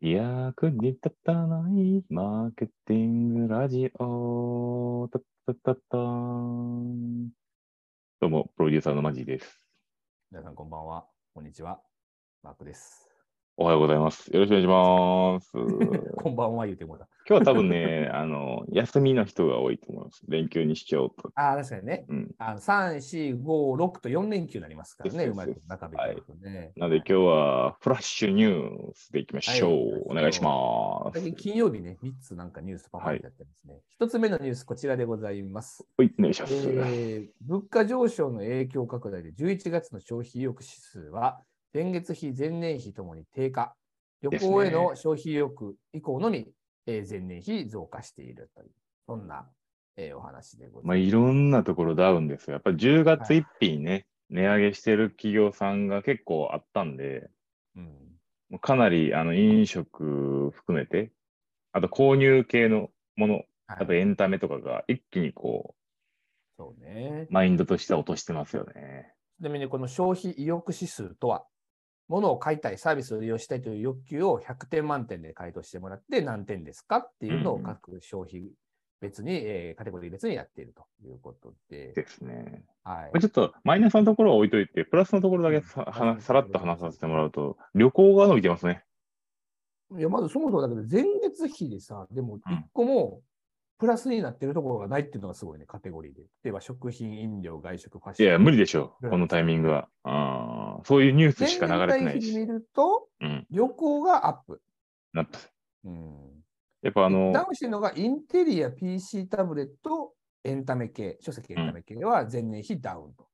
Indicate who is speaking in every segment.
Speaker 1: 役に立たないマーケティングラジオ。たたたたんどうも、プロデューサーのマジです。
Speaker 2: 皆さんこんばんは。こんにちは。マークです。
Speaker 1: おはようございます。よろしくお願いします。今
Speaker 2: こんばんは言うてもうた。
Speaker 1: 日は多分 ね、あの、休みの人が多いと思います。連休にしちゃおうと。
Speaker 2: ああ、確かにね。
Speaker 1: うん。
Speaker 2: あの3、4、5、6と4連休になりますからね。
Speaker 1: そう
Speaker 2: う
Speaker 1: そう
Speaker 2: ま
Speaker 1: そう
Speaker 2: いこと中日来るとね。
Speaker 1: なので今日はフラッシュニュースでいきましょう。お
Speaker 2: はい
Speaker 1: 願いします。
Speaker 2: 最近金曜日ね、3つなんかニュースパパってやってますね。1つ目のニュース、こちらでございます。
Speaker 1: はい、お願いします。
Speaker 2: えー物価上昇の影響拡大で11月の消費意欲指数は前月比、前年比ともに低下。旅行への消費意欲以降のみ、えー前年比増加しているという、そんな、えーお話でございます。
Speaker 1: まあ、いろんなところダウンですよ。やっぱり10月1日にね、値上げしてる企業さんが結構あったんで、
Speaker 2: うん
Speaker 1: もうかなりあの飲食含めて、あと購入系のもの、
Speaker 2: はい
Speaker 1: あとエンタメとかが一気にこ
Speaker 2: そうね
Speaker 1: う、。マインドとしては落としてますよね。
Speaker 2: ちなみにこの消費意欲指数とは、物を買いたい、サービスを利用したいという欲求を100点満点で回答してもらって何点ですかっていうのを
Speaker 1: うんうん
Speaker 2: 各消費別に、えーカテゴリー別にやっているということで、
Speaker 1: ですね。
Speaker 2: はい
Speaker 1: これちょっとマイナスのところは置いといて、プラスのところだけさ,はな、
Speaker 2: うん
Speaker 1: さらっと話させてもらうと、旅行が伸びてますね。
Speaker 2: いやまずそもそもだけど、前月比でさ、でも
Speaker 1: うん
Speaker 2: 1個もプラスになってるところがないっていうのがすごいね、カテゴリーで。例えば食品、飲料、外食、ファッ
Speaker 1: い
Speaker 2: ション。
Speaker 1: や、無理でしょ
Speaker 2: う
Speaker 1: う、
Speaker 2: ん
Speaker 1: このタイミングは。あーそういうニュースしか流れてな
Speaker 2: 前
Speaker 1: い
Speaker 2: 年対比で
Speaker 1: し。
Speaker 2: 見ると、
Speaker 1: うん、
Speaker 2: 旅行がアップ。
Speaker 1: なった。
Speaker 2: うん
Speaker 1: やっぱあの、
Speaker 2: ダウンしてるのがインテリア、PC タブレット、エンタメ系、書籍エンタメ系は前年比ダウンと。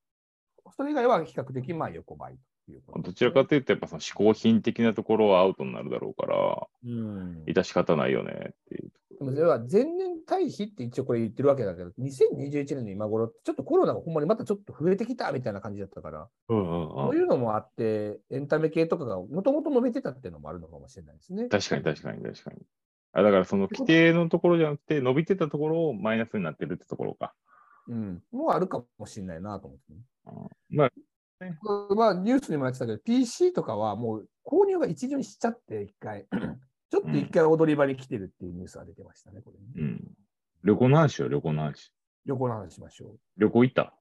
Speaker 2: それ以外は比較的まあ横ばいということ
Speaker 1: どちらかというと、やっぱその嗜好品的なところはアウトになるだろうから、
Speaker 2: うん。で
Speaker 1: 致し方ないよねっていう。
Speaker 2: もそれは前年対比って一応これ言ってるわけだけど、2021年の今頃ってちょっとコロナがほんまにまたちょっと増えてきたみたいな感じだったから、
Speaker 1: うんうん
Speaker 2: そうういうのもあって、エンタメ系とかがもともと伸びてたっていうのもあるのかもしれないですね。
Speaker 1: 確かに確かに確かに。あだからその規定のところじゃなくて、伸びてたところをマイナスになってるってところか。
Speaker 2: うん。もうあるかもしれないなと思ってね。
Speaker 1: まあ、
Speaker 2: まあ、ニュースにもやってたけど、PC とかはもう購入が一巡しちゃって、一 回。ちょっと一回踊り場に来てるっていうニュースが出てましたね、これね。
Speaker 1: うん。旅行の話よ、旅行の話。
Speaker 2: 旅行の話しましょう。
Speaker 1: 旅行行った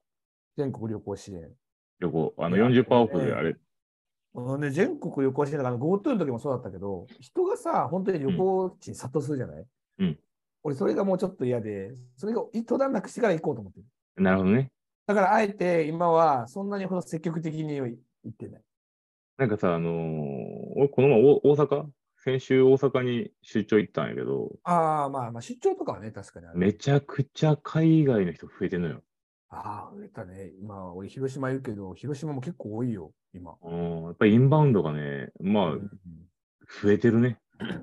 Speaker 2: 全国旅行支援。
Speaker 1: 旅行。あの
Speaker 2: いや
Speaker 1: 40%オフであれ。
Speaker 2: あのね、全国旅行支援だから、GoTo の時もそうだったけど、人がさ、本当に旅行地に殺到するじゃない、
Speaker 1: うん
Speaker 2: 俺、それがもうちょっと嫌で、それが一段落してから行こうと思ってる。
Speaker 1: なるほどね。
Speaker 2: だから、あえて今はそんなにほど積極的に行ってない。
Speaker 1: なんかさ、あのー俺この前お大阪先週大阪に出張行ったんやけど、
Speaker 2: ああ、まあまあ、出張とかはね、確かにある。
Speaker 1: めちゃくちゃ海外の人増えてんのよ。
Speaker 2: ああ、増えたね。今、俺、広島いるけど、広島も結構多いよ、今。
Speaker 1: うんやっぱりインバウンドがね、まあ
Speaker 2: うん、
Speaker 1: 増えてるね。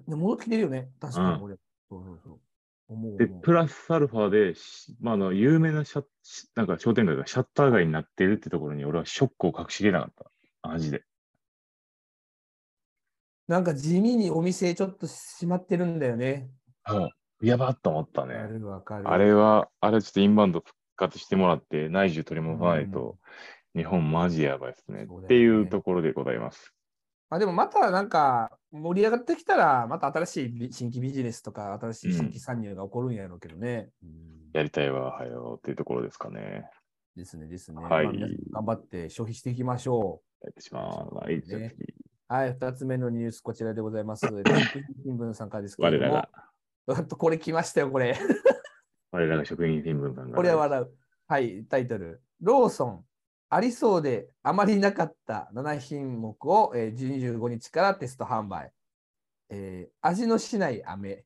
Speaker 2: で戻ってきてるよね、確か
Speaker 1: う
Speaker 2: に俺。そうそうそう。思う
Speaker 1: で、
Speaker 2: 思う
Speaker 1: プラスアルファで、しまあ、あの有名なシャしなんか商店街がシャッター街になってるってところに、俺はショックを隠しきれなかった。マジで。
Speaker 2: なんか地味にお店ちょっと閉まってるんだよね。
Speaker 1: うん、やばっと思った
Speaker 2: あ
Speaker 1: ね。
Speaker 2: れわかる。
Speaker 1: あれは、あれちょっとインバウンド復活してもらって、内需取り戻さないと、日本マジやばいですね
Speaker 2: そうだよね
Speaker 1: っていうところでございます。
Speaker 2: まあでもまたなんか盛り上がってきたら、また新しいビ新規ビジネスとか、新しい新規参入が起こるんやろうけどね。うん
Speaker 1: やりたいわ、はよっていうところですかね。
Speaker 2: ですね、ですね。
Speaker 1: はい
Speaker 2: まあ皆さん頑張って消費していきましょう。
Speaker 1: やってしまう。はい、じゃあ次
Speaker 2: はい、二つ目のニュース、こちらでござ います。日経新聞さんからですけれ
Speaker 1: 我
Speaker 2: ど
Speaker 1: らが、、
Speaker 2: も ちょっとこれ来ましたよ、これ。
Speaker 1: 我らが職員新聞さんが。
Speaker 2: これは笑う。はい、タイトル。ローソン、ありそうであまりなかった7品目を、えー、25日からテスト販売。えー味のしない飴。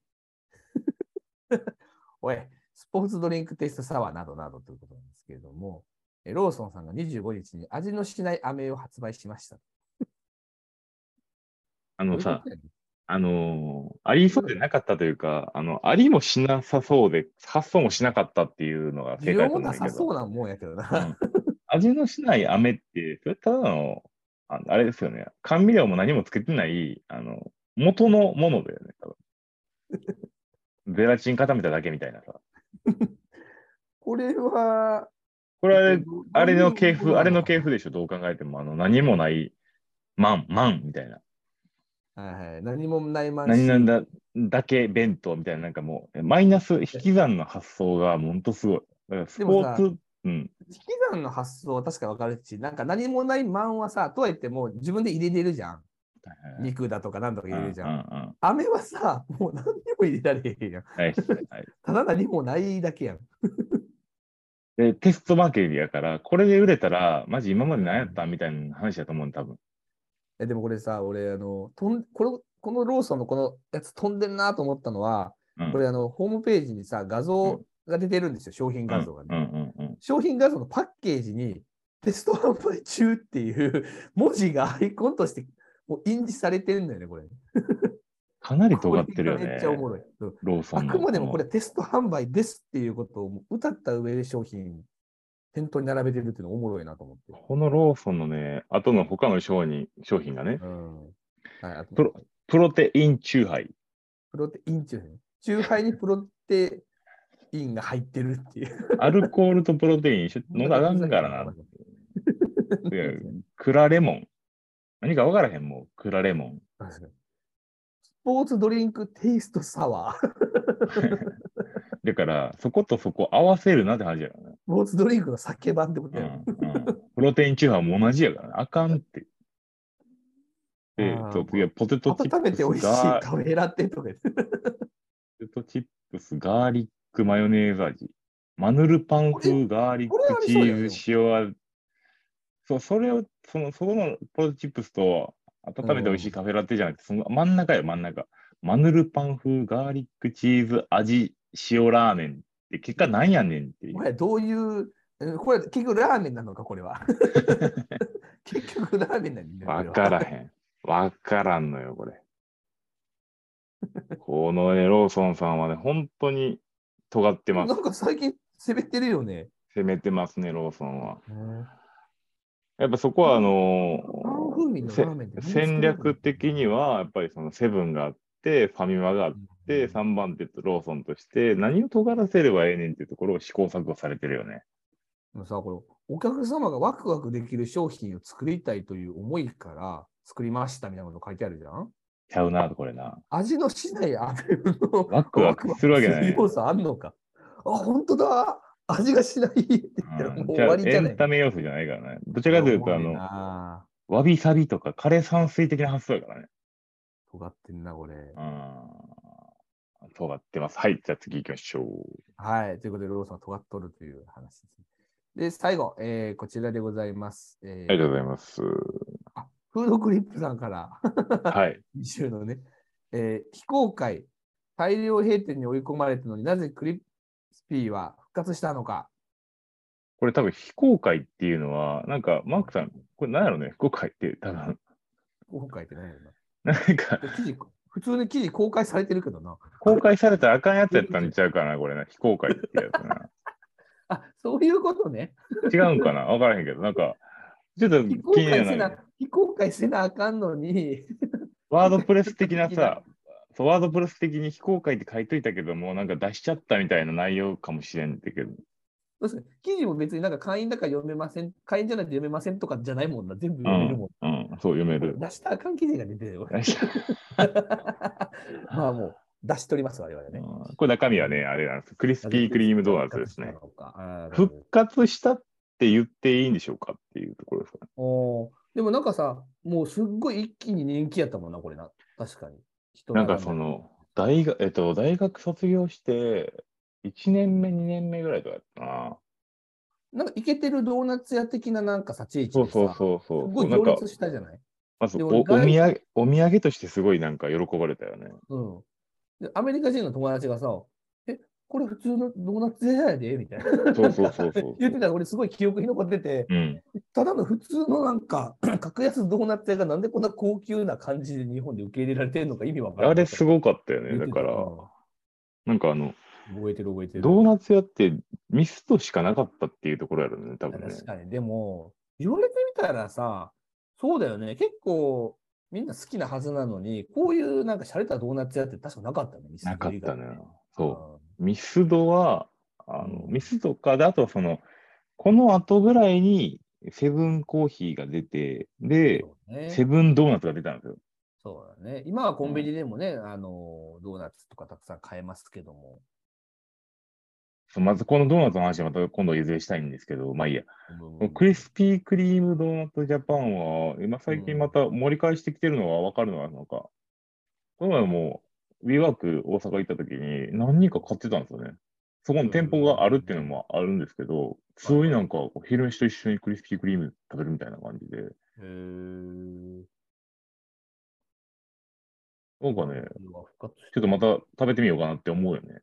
Speaker 2: おい、スポーツドリンクテストサワーなどなどということなんですけれども、えーローソンさんが25日に味のしない飴を発売しました。
Speaker 1: あのさ、
Speaker 2: どういうことやね
Speaker 1: あのーありそうでなかったというか、あの、ありもしなさそうで、発想もしなかったっていうのが正解
Speaker 2: 需
Speaker 1: だと
Speaker 2: 要も
Speaker 1: 思うん
Speaker 2: な
Speaker 1: だけ
Speaker 2: さそう
Speaker 1: ど、
Speaker 2: なもんやけどな。
Speaker 1: うん味のしない飴って、それただの、ああれですよね、甘味料も何もつけてない、あの、元のものだよね、多分。ゼラチン固めただけみたいなさ。
Speaker 2: これは、
Speaker 1: これは、
Speaker 2: ど
Speaker 1: あれの系
Speaker 2: どういう
Speaker 1: 譜、あれの系譜でしょ、どう考えても。あの、何もない、マン、マンみたいな。
Speaker 2: はいはい、何もないマンシ
Speaker 1: 何
Speaker 2: ョ
Speaker 1: なん
Speaker 2: ン。
Speaker 1: だだけ弁当みたいな、なんかもう、マイナス引き算の発想がもうほんとすごい。だからスポー
Speaker 2: で
Speaker 1: ツ、うん、
Speaker 2: 引き算の発想は確かに分かるし、なんか何もないマンはさ、とは言っても自分で入れれるじゃん。肉だとか何とか入れるじゃん。
Speaker 1: うんうんうん
Speaker 2: 飴はさ、もう何にも入れられへんやん。
Speaker 1: はいはい
Speaker 2: ただ何もないだけやん。
Speaker 1: で、テストマーケティングやから、これで売れたら、マジ今まで何やったみたいな話だと思うね多分。
Speaker 2: えでもこれさ、俺、あの、とんこのこのローソンのこのやつ飛んでんなと思ったのは、
Speaker 1: うん
Speaker 2: これあの、ホームページにさ、画像が出てるんですよ、商品画像がね。
Speaker 1: うんうんうんうん。
Speaker 2: 商品画像のパッケージに、テスト販売中っていう 文字がアイコンとしてもう印字されてるんだよね、これ。
Speaker 1: かなり尖ってるよ
Speaker 2: これがめ
Speaker 1: ね
Speaker 2: っちゃ。おもろい。うん
Speaker 1: ローソ
Speaker 2: あ
Speaker 1: ンの。
Speaker 2: くまでもこれテスト販売ですっていうことをもう歌った上で商品、店頭に並べてるっていうのおもろいなと思って。
Speaker 1: このローソンのね、あとの他の商品商品がね、
Speaker 2: うん。はい、あと
Speaker 1: プロプロテインチューハイ。
Speaker 2: プロテイン中杯。中杯にプロテインが入ってるっていう。
Speaker 1: アルコールとプロテイン一緒飲んだらあかんからな。いやクラレモン。何か分からへんもん。クラレモン。
Speaker 2: 確かにスポーツドリンクテイストサワー。
Speaker 1: だから、そことそこ合わせるなって話やからね。
Speaker 2: スポーツドリンクの酒版ってこと
Speaker 1: う
Speaker 2: やろ。
Speaker 1: んうん、プロテインチューハイも同じやからね。あかんって。で
Speaker 2: あ、ー
Speaker 1: そういやポテトチップスが
Speaker 2: 温めて美味しいカフェラテとか言って
Speaker 1: ポテトチップス、ガーリックマヨネーズ味。マヌルパン風ガーリック
Speaker 2: これあり
Speaker 1: チ
Speaker 2: そうだよ
Speaker 1: ーズ塩味。そう、それを、その、そこのポテトチップスと温めて美味しいカフェラテじゃなくて、その真ん中よ、真ん中。マヌルパン風ガーリックチーズ味塩ラーメンって結果なんやねんってい
Speaker 2: お
Speaker 1: う。
Speaker 2: 前どういう、うんこれ結局ラーメンなのか、こ れは。結局ラーメンなんだよ
Speaker 1: わ
Speaker 2: ねこれ
Speaker 1: か
Speaker 2: は
Speaker 1: らへん。わからんのよ、これ。このね、ローソンさんはね、本当に尖ってます
Speaker 2: な。んか最近攻めてるよね。
Speaker 1: 攻めてますね、ローソンは。やっぱそこはあ
Speaker 2: パン
Speaker 1: の
Speaker 2: 風味のラーメンって
Speaker 1: ー戦略的にはやっぱりそのセブンがあってファミマがあっ
Speaker 2: で
Speaker 1: て3番手とローソンとして何を尖らせればええねんっていうところを試行錯誤されてるよね。
Speaker 2: もさ、このお客様がワクワクできる商品を作りたいという思いから作りましたみたいなこと書いてあるじゃん
Speaker 1: ちゃうな、これな。
Speaker 2: 味のしないアペルの
Speaker 1: ワクワクするわけない
Speaker 2: ワクワク す要素あんのか。あ、本当だ味がしないって言ったら
Speaker 1: うん
Speaker 2: もう 終わりじ
Speaker 1: エ
Speaker 2: ゃない
Speaker 1: ン。タメ要素じゃないからね。どちらかというと、あ
Speaker 2: おもろ
Speaker 1: の、
Speaker 2: いな
Speaker 1: わびさびとか枯山水的な発想だからね。
Speaker 2: 尖ってんな、これ。
Speaker 1: うん。尖ってます。はい、じゃあ次行きましょう。
Speaker 2: はい。ということで、ローソンは尖っとるという話ですね。で、最後、えーこちらでございます。えー
Speaker 1: ありがとうございます。
Speaker 2: あフードクリップさんから。
Speaker 1: はい。
Speaker 2: 2週のね、えー非公開、大量閉店に追い込まれたのになぜクリスピーは復活したのか。
Speaker 1: これ多分非公開っていうのは、なんかマークさん、これ何やろうね、非公開って多分、
Speaker 2: 非公開ってないよな。
Speaker 1: なんか
Speaker 2: で記事普通に記事公開されてるけどな。
Speaker 1: 公開されたらあかんやつやったんちゃうかな、これな、非公開ってや
Speaker 2: あそういうことね。
Speaker 1: つな。違うんかな分からへんけど、なんか、ちょっと
Speaker 2: 非公
Speaker 1: 気に
Speaker 2: 開
Speaker 1: な
Speaker 2: せな
Speaker 1: る。、
Speaker 2: 非公開せなあかんのに、
Speaker 1: ワードプレス的なさ、そうワードプレス的に非公開って書いといたけども、なんか出しちゃったみたいな内容かもしれんけど、
Speaker 2: そうですね記事も別になんか会員だから読めません、会員じゃないと読めませんとかじゃないもんな、全部読めるもん。
Speaker 1: うん、そう読める。
Speaker 2: 出したらあかん記事が出てるよ。
Speaker 1: 出し
Speaker 2: まあもう出しとります、我々ね。
Speaker 1: うんこれ中身はね、あれなんです。クリスピークリームドーナツですね。
Speaker 2: あー。
Speaker 1: 復活したって言っていいんでしょうかっていうところですかね。
Speaker 2: おーでもなんかさ、もうすっごい一気に人気やったもんな、これな。確かに。人
Speaker 1: なんかその、大学、えっと、大学卒業して、1年目、2年目ぐらいとかやったな。
Speaker 2: 並んで。なんかイケてるドーナツ屋的ななんかさ、地域
Speaker 1: そう
Speaker 2: でさ、
Speaker 1: そうそうそう。
Speaker 2: すごい
Speaker 1: なん
Speaker 2: 行
Speaker 1: か
Speaker 2: 列、したじゃない
Speaker 1: まず
Speaker 2: で
Speaker 1: お
Speaker 2: 俺
Speaker 1: お土産、お土産としてすごいなんか喜ばれたよ ね。
Speaker 2: うん。で、アメリカ人の友達がさ、え、これ普通のドーナツ屋やでみたいな。
Speaker 1: そうそうそうそう。
Speaker 2: 言ってたら俺すごい記憶に残ってて、
Speaker 1: うん。
Speaker 2: ただの普通のなんか、 格安ドーナツ屋がなんでこんな高級な感じで日本で受け入れられてるのか意味わから
Speaker 1: あ
Speaker 2: な
Speaker 1: れ
Speaker 2: い。
Speaker 1: すごかったよ
Speaker 2: 言
Speaker 1: ね。
Speaker 2: って
Speaker 1: だ
Speaker 2: た
Speaker 1: から、なんかあの、
Speaker 2: うん覚えてる覚えてる。
Speaker 1: ドーナツ屋ってミストしかなかったっていうところやろね、多分ね
Speaker 2: 確。かに、でも、言われてみたらさ、そうだよね、結構みんな好きなはずなのに、こういうなんか洒落たドーナツ屋って確かなかったね、ミス
Speaker 1: なかっ
Speaker 2: 以
Speaker 1: た
Speaker 2: 外
Speaker 1: の
Speaker 2: ね
Speaker 1: よ。そう。
Speaker 2: うん
Speaker 1: ミスドは、あの
Speaker 2: うん
Speaker 1: ミスドか、で、あとはその、この後ぐらいに、セブンコーヒーが出て、で、
Speaker 2: そうね
Speaker 1: セブンドーナツが出たんですよ。
Speaker 2: そうだね。今はコンビニでもね、あの、ドーナツとかたくさん買えますけども。
Speaker 1: そうまずこのドーナツの話はまた今度いずれしたいんですけど、まあいいや。
Speaker 2: うん
Speaker 1: クリスピークリームドーナツジャパンは、今最近また盛り返してきてるのが分かるのは、なんか、この前も、ウィーワーク大阪行った時に何人か買ってたんですよね。そこの店舗があるっていうのもあるんですけど、普通になんかお昼飯と一緒にクリスピークリーム食べるみたいな感じで、
Speaker 2: へー
Speaker 1: なんかね、
Speaker 2: うわ復活し
Speaker 1: ちょっとまた食べてみようかなって思うよね。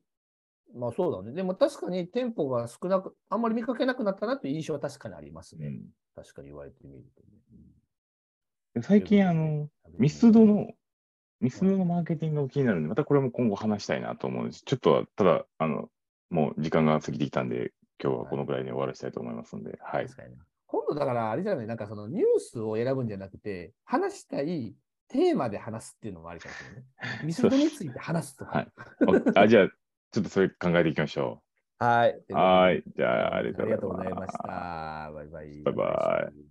Speaker 2: まあそうだね。でも確かに店舗が少なく、あんまり見かけなくなったなという印象は確かにあります
Speaker 1: う
Speaker 2: ね。
Speaker 1: ん
Speaker 2: 確かに言われてみるとね、
Speaker 1: で、最近、あの、ミスドの、ミスドのマーケティングが気になるんで、またこれも今後話したいなと思うんです。ちょっとは、ただ、あの、もう時間が過ぎてきたんで、今日はこのぐらいで終わらせたいと思いますんで、はい。
Speaker 2: 確かにな今度だからあれじゃない、なんかそのニュースを選ぶんじゃなくて、話したいテーマで話すっていうのもありかもしれない ね。ミスドについて話すとか。
Speaker 1: おあじゃあ、ちょっとそれ考えていきましょ
Speaker 2: はい。。
Speaker 1: う。はい い。じゃあ、ありが
Speaker 2: あ
Speaker 1: と
Speaker 2: りが
Speaker 1: う
Speaker 2: とう
Speaker 1: ござ
Speaker 2: ござ
Speaker 1: い
Speaker 2: い
Speaker 1: ま
Speaker 2: ま
Speaker 1: し。
Speaker 2: したた。バイバイ。
Speaker 1: バイバ
Speaker 2: イ。